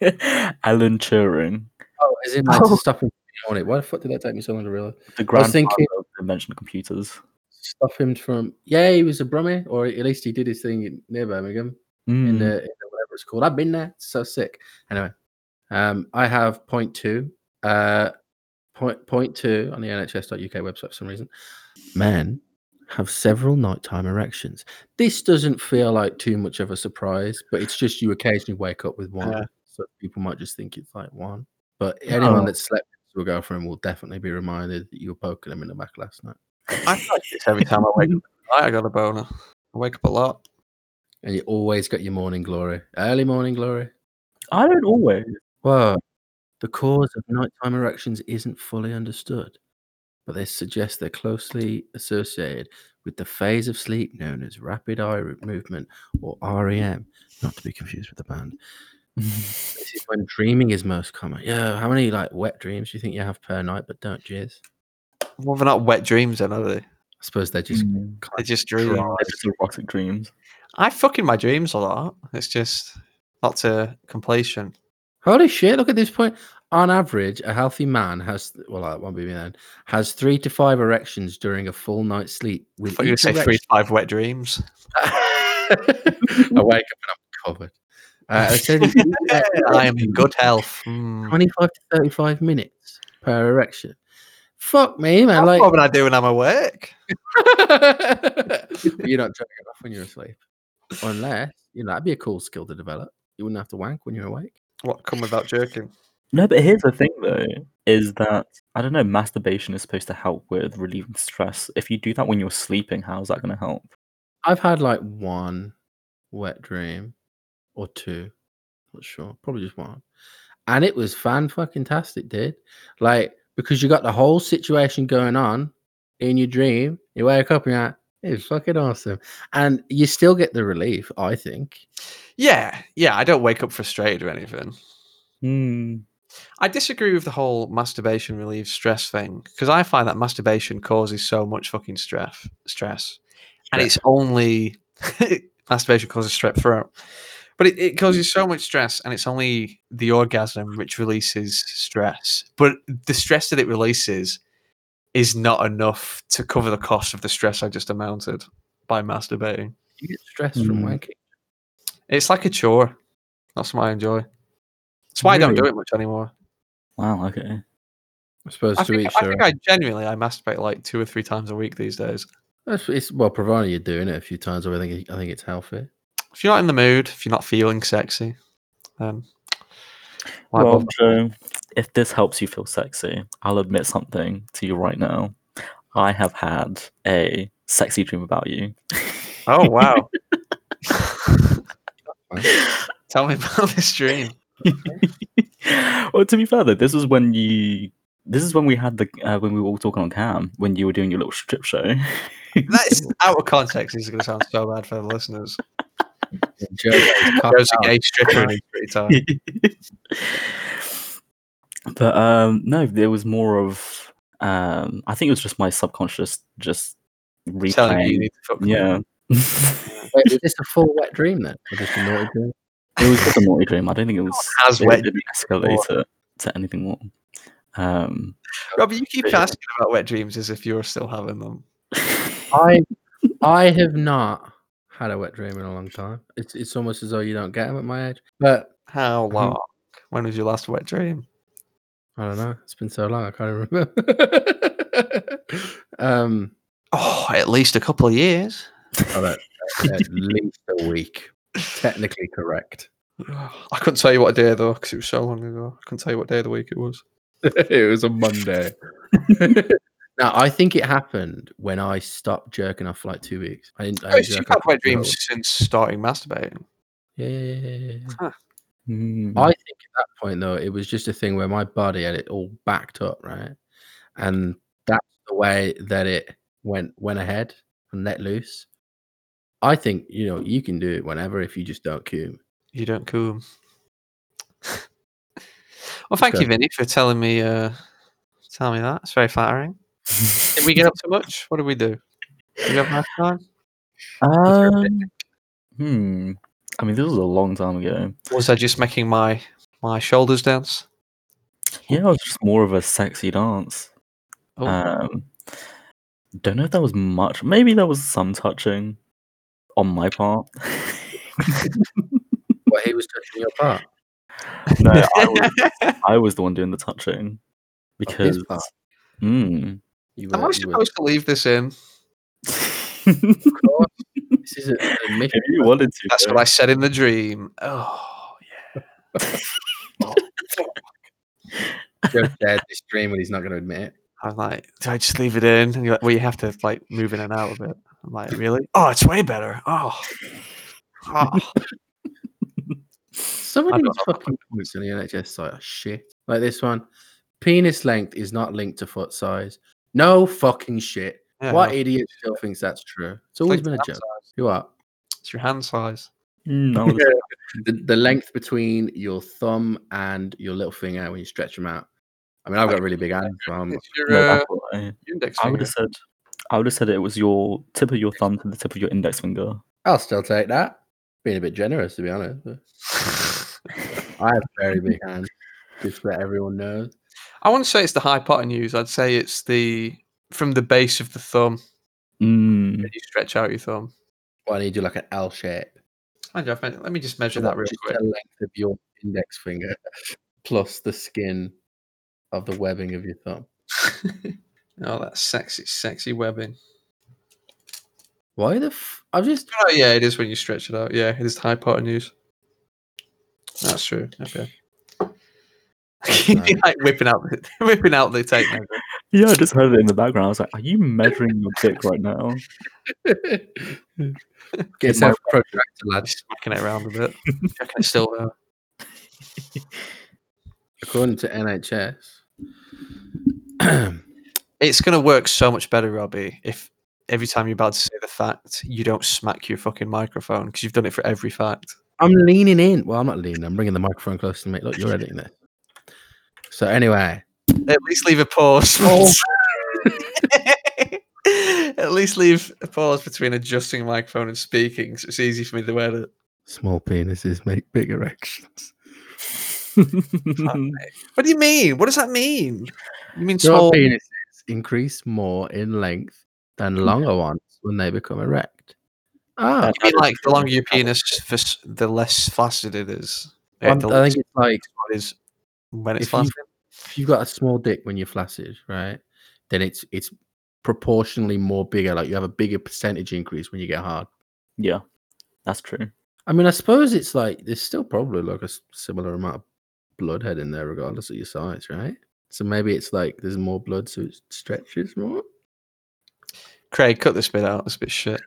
Alan Turing, Oh, is it like Oh. to stop him from on it? Why the fuck did that take me so long to realize? the grandfather thinking- of the invention of computers. Stop him from? Yeah, he was a brummie, or at least he did his thing in- near Birmingham in, Mm. the, in the whatever it's called. I've been there. It's so sick. Anyway, um, I have point two. Uh, point point two on the NHS.uk website for some reason. Men have several nighttime erections. This doesn't feel like too much of a surprise, but it's just you occasionally wake up with one. Yeah. So people might just think it's like one. But anyone Oh. that slept with your girlfriend will definitely be reminded that you were poking them in the back last night. I feel like this every time I wake up. at night, I got a boner. I wake up a lot. and you always got your morning glory, early morning glory. I don't always. Whoa. The cause of nighttime erections isn't fully understood, but they suggest they're closely associated with the phase of sleep known as rapid eye ro- movement or REM, not to be confused with the band. this is when dreaming is most common. Yeah, how many like wet dreams do you think you have per night but don't jizz? Well, they're not wet dreams, then, are they? I suppose they're just They're kind just They're dreams. just erotic dreams. I fucking my dreams a lot. It's just not to completion. Holy shit, look at this point. On average, a healthy man has, well, that won't be me then, has three to five erections during a full night's sleep. I With thought you were each going to say three erection- to five wet dreams. I wake up and I'm covered. Uh, it says it's each I am in erection good health. Mm. 25 to 35 minutes per erection. Fuck me, man. That's Like, what would I do when I'm awake? you're not jerking off when you're asleep. Unless, you know, that'd be a cool skill to develop. You wouldn't have to wank when you're awake. What come without jerking? No, but here's the thing though, is that I don't know, masturbation is supposed to help with relieving stress. If you do that when you're sleeping, how's that gonna help? I've had like one wet dream or two. Not sure. Probably just one. And it was fan fucking tastic, dude. Like, because you got the whole situation going on in your dream. You wake up and you're like, it's fucking awesome. And you still get the relief, I think. Yeah, yeah. I don't wake up frustrated or anything. Hmm. I disagree with the whole masturbation relieves stress thing because I find that masturbation causes so much fucking stress. Stress, and it's only masturbation causes strep throat, but it, it causes so much stress, and it's only the orgasm which releases stress. But the stress that it releases is not enough to cover the cost of the stress I just amounted by masturbating. You get stressed from Mm. wanking. It's like a chore. That's what I enjoy. That's why I don't do Really? it much anymore. Wow, okay. I suppose I to think, each I their think own. I genuinely I masturbate like two or three times a week these days. That's- It's, well, provided you're doing it a few times, I think I think it's healthy. If you're not in the mood, if you're not feeling sexy, then why Well, bother? Joe, if this helps you feel sexy, I'll admit something to you right now. I have had a sexy dream about you. oh wow! Tell me about this dream. well, to be fair though, this was when you. This is when we had the uh, when we were all talking on cam when you were doing your little strip show. That is out of context. This is going to sound so bad for the listeners. Joe got his cock Joe's out. a gay stripper in his free time. but um no, there was more of um I think it was just my subconscious just Telling you you replaying. need to fuck. me. Yeah. it Wait, was this a full wet dream then? Or just a naughty dream? was just a naughty dream. I don't think it was has it wet didn't escalate to, to anything more. Um Robbie, you keep Yeah. asking about wet dreams as if you're still having them. I I have not had a wet dream in a long time. It's it's almost as though you don't get them at my age. But How long? When was your last wet dream? I don't know. It's been so long, I can't even remember. um, Oh, at least a couple of years. about, at least a week. Technically correct. I couldn't tell you what day though, because it was so long ago. I couldn't tell you what day of the week it was. it was a Monday. now I think it happened when I stopped jerking off for like two weeks. I didn't. I Oh, didn't so jerk you've off had wet for a dreams since starting masturbating. little- Yeah, yeah, yeah, yeah, yeah. hmm. I think at that point though, it was just a thing where my body had it all backed up, right? And that's the way that it went went ahead and let loose. I think you know you can do it whenever if you just don't cum. You don't coom. well, thank Okay. you, Vinny, for telling me. Uh, telling me that it's very flattering. Did we get up too much? What did we do? Did we have enough time? Um, hmm. I mean, this was a long time ago. Was I just making my my shoulders dance? Yeah, it was just more of a sexy dance. Oh, Um, don't know if that was much. Maybe there was some touching on my part. But he was touching your part. no, I was, I was the one doing the touching Of his because. part. Mm. You am I were- you were- supposed to leave this in? if This is a- an admission. you wanted to, That's though. what I said in the dream. Oh, Joe dared this dream when he's not going to admit it. I'm like, do I just leave it in? And you're like, well, you have to like move in and out of it. I'm like, really? Oh, it's way better. Oh, Ah, Some I don't of these fucking points on the NHS site are shit. Like this one, penis length is not linked to foot size. No fucking shit. yeah, what no. idiot still thinks that's true? It's always Like been a hand joke. size. You are It's your hand size. Hmm, No, Yeah. the, the length between your thumb and your little finger when you stretch them out. I mean, I've got really big hands, so I'm It's your, no, uh, that's what I, your index I would finger. have said. I would have said it was your tip of your thumb to the tip of your index finger. I'll still take that. Being a bit generous, to be honest. but I have very big hands, just so everyone knows. I wouldn't say it's the hypotenuse. I'd say it's the from the base of the thumb. Mm. when You stretch out your thumb. Why do you do like an L shape? Andrew, I've me- let me just measure So that that's real just quick. the length of your index finger plus the skin of the webbing of your thumb. oh, that's sexy, sexy webbing. Why the? F- I've just Oh, yeah, it is when you stretch it out. Yeah, it is the hypotenuse. That's true. Okay. nice. like whipping out, the, whipping out the tape. measure. Yeah, I just heard it in the background. I was like, "Are you measuring your dick right now?" get It's my a protractor, lad. Just smacking it around a bit. Checking it's still there. according to NHS. It's gonna work so much better, Robbie, if every time you're about to say the fact, you don't smack your fucking microphone because you've done it for every fact. I'm leaning in. Well, I'm not leaning. I'm bringing the microphone closer to me. Look, you're editing this. So anyway, At least leave a pause. Oh. At least leave a pause between adjusting a microphone and speaking, so it's easy for me to edit. small penises make big erections. What do you mean? What does that mean? You mean Short small? penises Mm. increase more in length than longer ones when they become erect. Ah, I mean, like the longer your penis, for s- the less flaccid it is. Yeah, I'm- the I less think it's like it is when it's if you- flaccid. if you've got a small dick when you're flaccid, right? Then it's it's proportionally more bigger. Like you have a bigger percentage increase when you get hard. yeah, that's true. I mean, I suppose it's like there's still probably like a s- similar amount of bloodhead in there, regardless of your size, right? So maybe it's like there's more blood, so it stretches more. Craig, cut this bit out. This bit shit.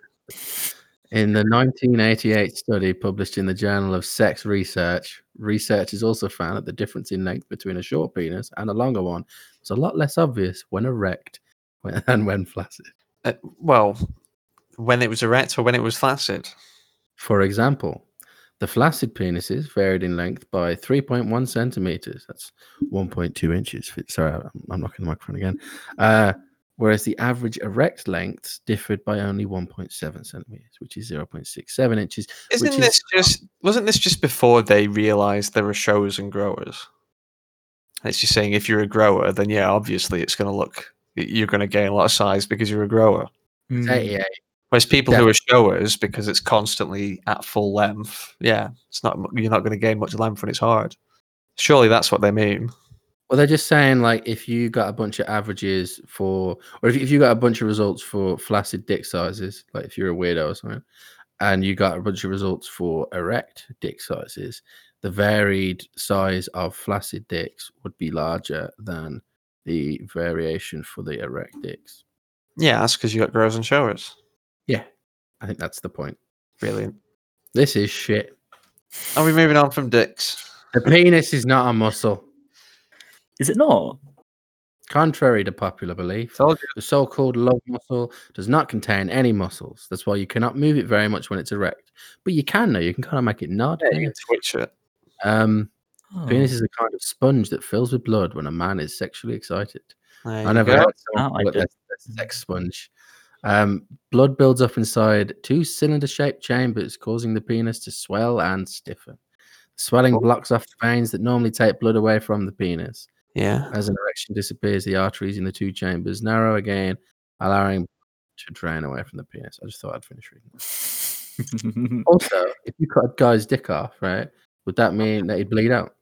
In the 1988 study published in the Journal of Sex Research, researchers also found that the difference in length between a short penis and a longer one was a lot less obvious when erect when- and when flaccid. Uh, well, when it was erect or when it was flaccid. For example, the flaccid penises varied in length by 3.1 centimeters. That's 1.2 inches. F- Sorry, I'm, I'm knocking the microphone again. Uh, whereas the average erect lengths differed by only 1.7 centimeters, which is 0.67 inches. Isn't which this just? Wasn't this just before they realised there are showers and growers? And it's just saying if you're a grower, then yeah, obviously it's going to look y- you're going to gain a lot of size because you're a grower. Mm. is 88? Whereas people who are showers, because it's constantly at full length, yeah, it's not mu- you're not going to gain much length when it's hard. Surely that's what they mean. Well, they're just saying like if you got a bunch of averages for, or if, if you got a bunch of results for flaccid dick sizes, like if you're a weirdo or something, and you got a bunch of results for erect dick sizes, the varied size of flaccid dicks would be larger than the variation for the erect dicks. Yeah, that's because you got growers and showers. I think that's the point. Brilliant. This is shit. Are we moving on from dicks? The penis is not a muscle. Is it not? Contrary to popular belief, Told you. The so called love muscle does not contain any muscles. That's why you cannot move it very much when it's erect. But you can, though. You can kind of make it nod. Yeah, you yeah. can twitch it. Um, Oh, Penis is a kind of sponge that fills with blood when a man is sexually excited. There I you never go. heard someone Oh, call I it did. their- their sex sponge. Um, blood builds up inside two cylinder shaped chambers, causing the penis to swell and stiffen. Oh. Swelling blocks off the veins that normally take blood away from the penis. Yeah. As an erection disappears, the arteries in the two chambers narrow again, allowing to drain away from the penis. I just thought I'd finish reading. that. Also, if you cut a guy's dick off, right, would that mean that he'd bleed out?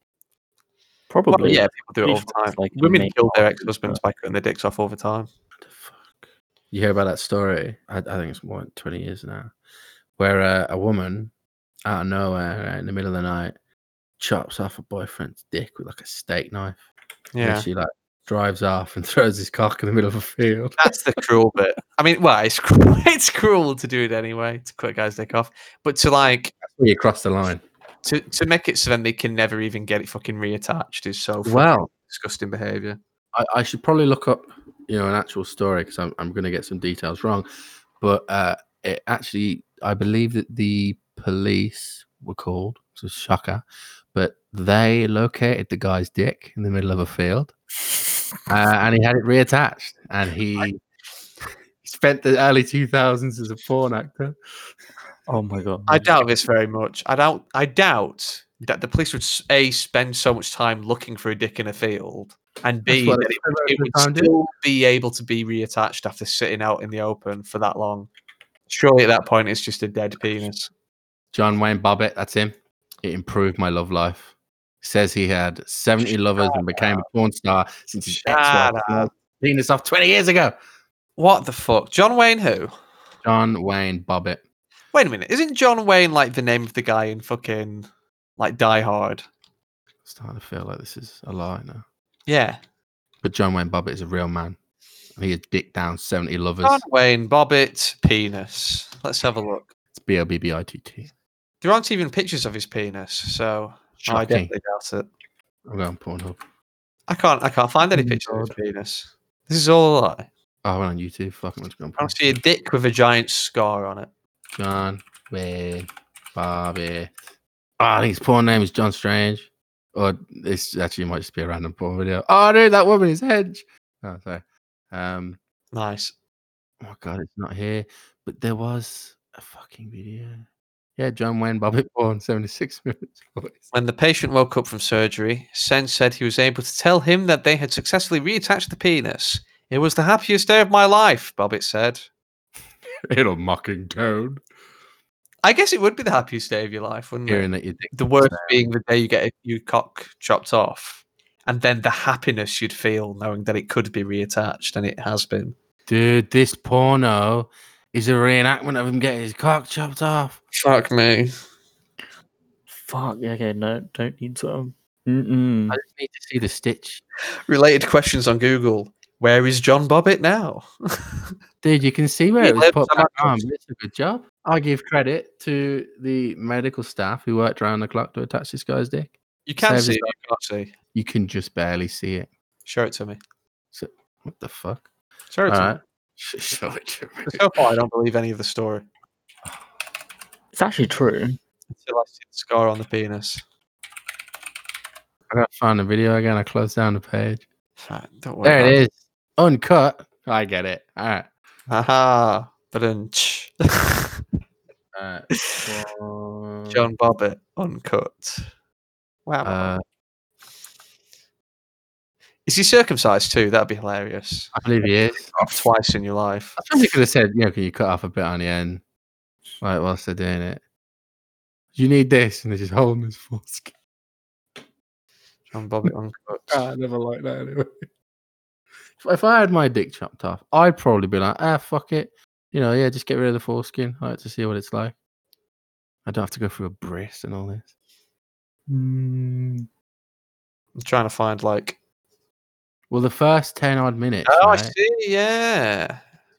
Probably. Well, yeah, people do it all Probably the time. just, like, Women make kill their up- ex-husbands by cutting their dicks off all the time. What the fuck? You hear about that story? I, I think it's more than twenty years now, where uh, a woman out of nowhere, right, in the middle of the night, chops off a boyfriend's dick with like a steak knife. Yeah. And she like drives off and throws his cock in the middle of a field. That's the cruel bit. I mean, well, it's cruel. It's cruel to do it anyway to cut a guy's dick off, but to like You cross the line. to to make it so then they can never even get it fucking reattached is so fucking Well, disgusting behavior. I, I should probably look up, you know, an actual story because I'm, I'm going to get some details wrong. But uh, it actually, I believe that the police were called. It's a shocker, but they located the guy's dick in the middle of a field, uh, and he had it reattached. And he spent the early 2000s as a porn actor. Oh my god. I doubt this very much. I doubt. I doubt that the police would s- a spend so much time looking for a dick in a field, and b what that it it, would- it said about would the time, still be able to be reattached after sitting out in the open for that long. Surely at that point, it's just a dead penis. John Wayne Bobbitt, that's him. It improved my love life. Says he had 70 lovers and became a porn star since his Shut ex-wife up. was penis off 20 years ago. What the fuck, John Wayne? Who? John Wayne Bobbitt. Wait a minute. Isn't John Wayne like the name of the guy in fucking like Die Hard? Starting to feel like this is a lie now. Yeah. But John Wayne Bobbitt is a real man. And he had dick down 70 lovers. John Wayne Bobbitt penis. Let's have a look. It's B O B B I T T. There aren't even pictures of his penis, so I Shocking. definitely doubt it. I'm going Pornhub. I can't. I can't find any Oh, pictures of his penis. This is all a lie. Oh, I went on YouTube. Fuck, I'm just going I don't Pornhub. see a dick with a giant scar on it. John Wayne Bobbitt. Oh, I think his porn name is John Strange. Or this actually might just be a random porn video. Oh, no, that woman is Hedge. Oh, sorry. Um, Nice. Oh my god, it's not here. But there was a fucking video. Yeah, John Wayne Bobbitt born 76 minutes. voice. When the patient woke up from surgery, Sen said he was able to tell him that they had successfully reattached the penis. It was the happiest day of my life, Bobbitt said. In a mocking tone. I guess it would be the happiest day of your life, wouldn't it? Hearing that you the worst being the day you get your cock chopped off, and then the happiness you'd feel knowing that it could be reattached, and it has been. dude, this porno is a reenactment of him getting his cock chopped off. Fuck me. Fuck. yeah, Okay. No. Don't need to. Mm-mm. I just need to see the stitch. Related questions on Google: Where is John Bobbitt now? Dude, you can see where He it was lives put on back our on. couch. It's a good job. I give credit to the medical staff who worked around the clock to attach this guy's dick. You can Save see. his It, you can't see. You can just barely see it. Show it to me. What the fuck? Show it All to right. me. Show it to me. So far, I don't believe any of the story It's actually true. until I see the scar on the penis. I gotta find the video again. I closed down the page. Fuck, Don't worry. There about it is. Uncut. I get it. All right. Aha. But All right. John Bobbitt uncut. Wow. Uh, is he circumcised too? That'd be hilarious. I believe he is. Up twice in your life. I think you could have said, you know, can you cut off a bit on the end? Like, whilst they're doing it. You need this. And they're just holding his foreskin. John Bobbitt uncut. Ah, I never liked that anyway. If- If I had my dick chopped off, I'd probably be like, ah, fuck it. You know, yeah, just get rid of the foreskin. I like to see what it's like. I don't have to go through a brace and all this. Mm. I'm trying to find like. Well, the first 10 odd minutes. Oh, I right, see. Yeah.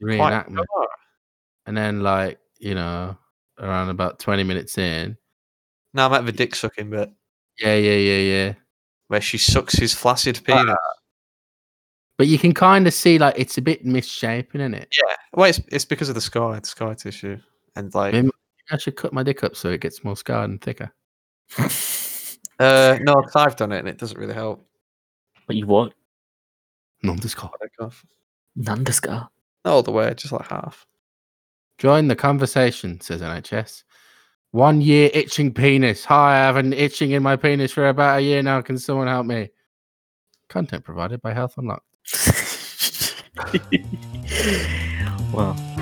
Quite reenactment. bizarre. And then, like, you know, around about 20 minutes in, Now I'm at the dick sucking bit yeah, yeah, yeah, yeah. where she sucks his flaccid penis. But you can kind of see, like, it's a bit misshapen, isn't it? well, it's, it's because of the scar, the scar tissue, and like. Maybe- I should cut my dick up so it gets more scarred and thicker. Uh, no, 'cause I've done it, and it doesn't really help. But you what? Non discord. Back off. Nandeska. Not all the way, just like half. Join the conversation, says NHS. One year itching penis. Hi, I have an itching in my penis for about a year now. Can someone help me? Content provided by Health Unlocked. well,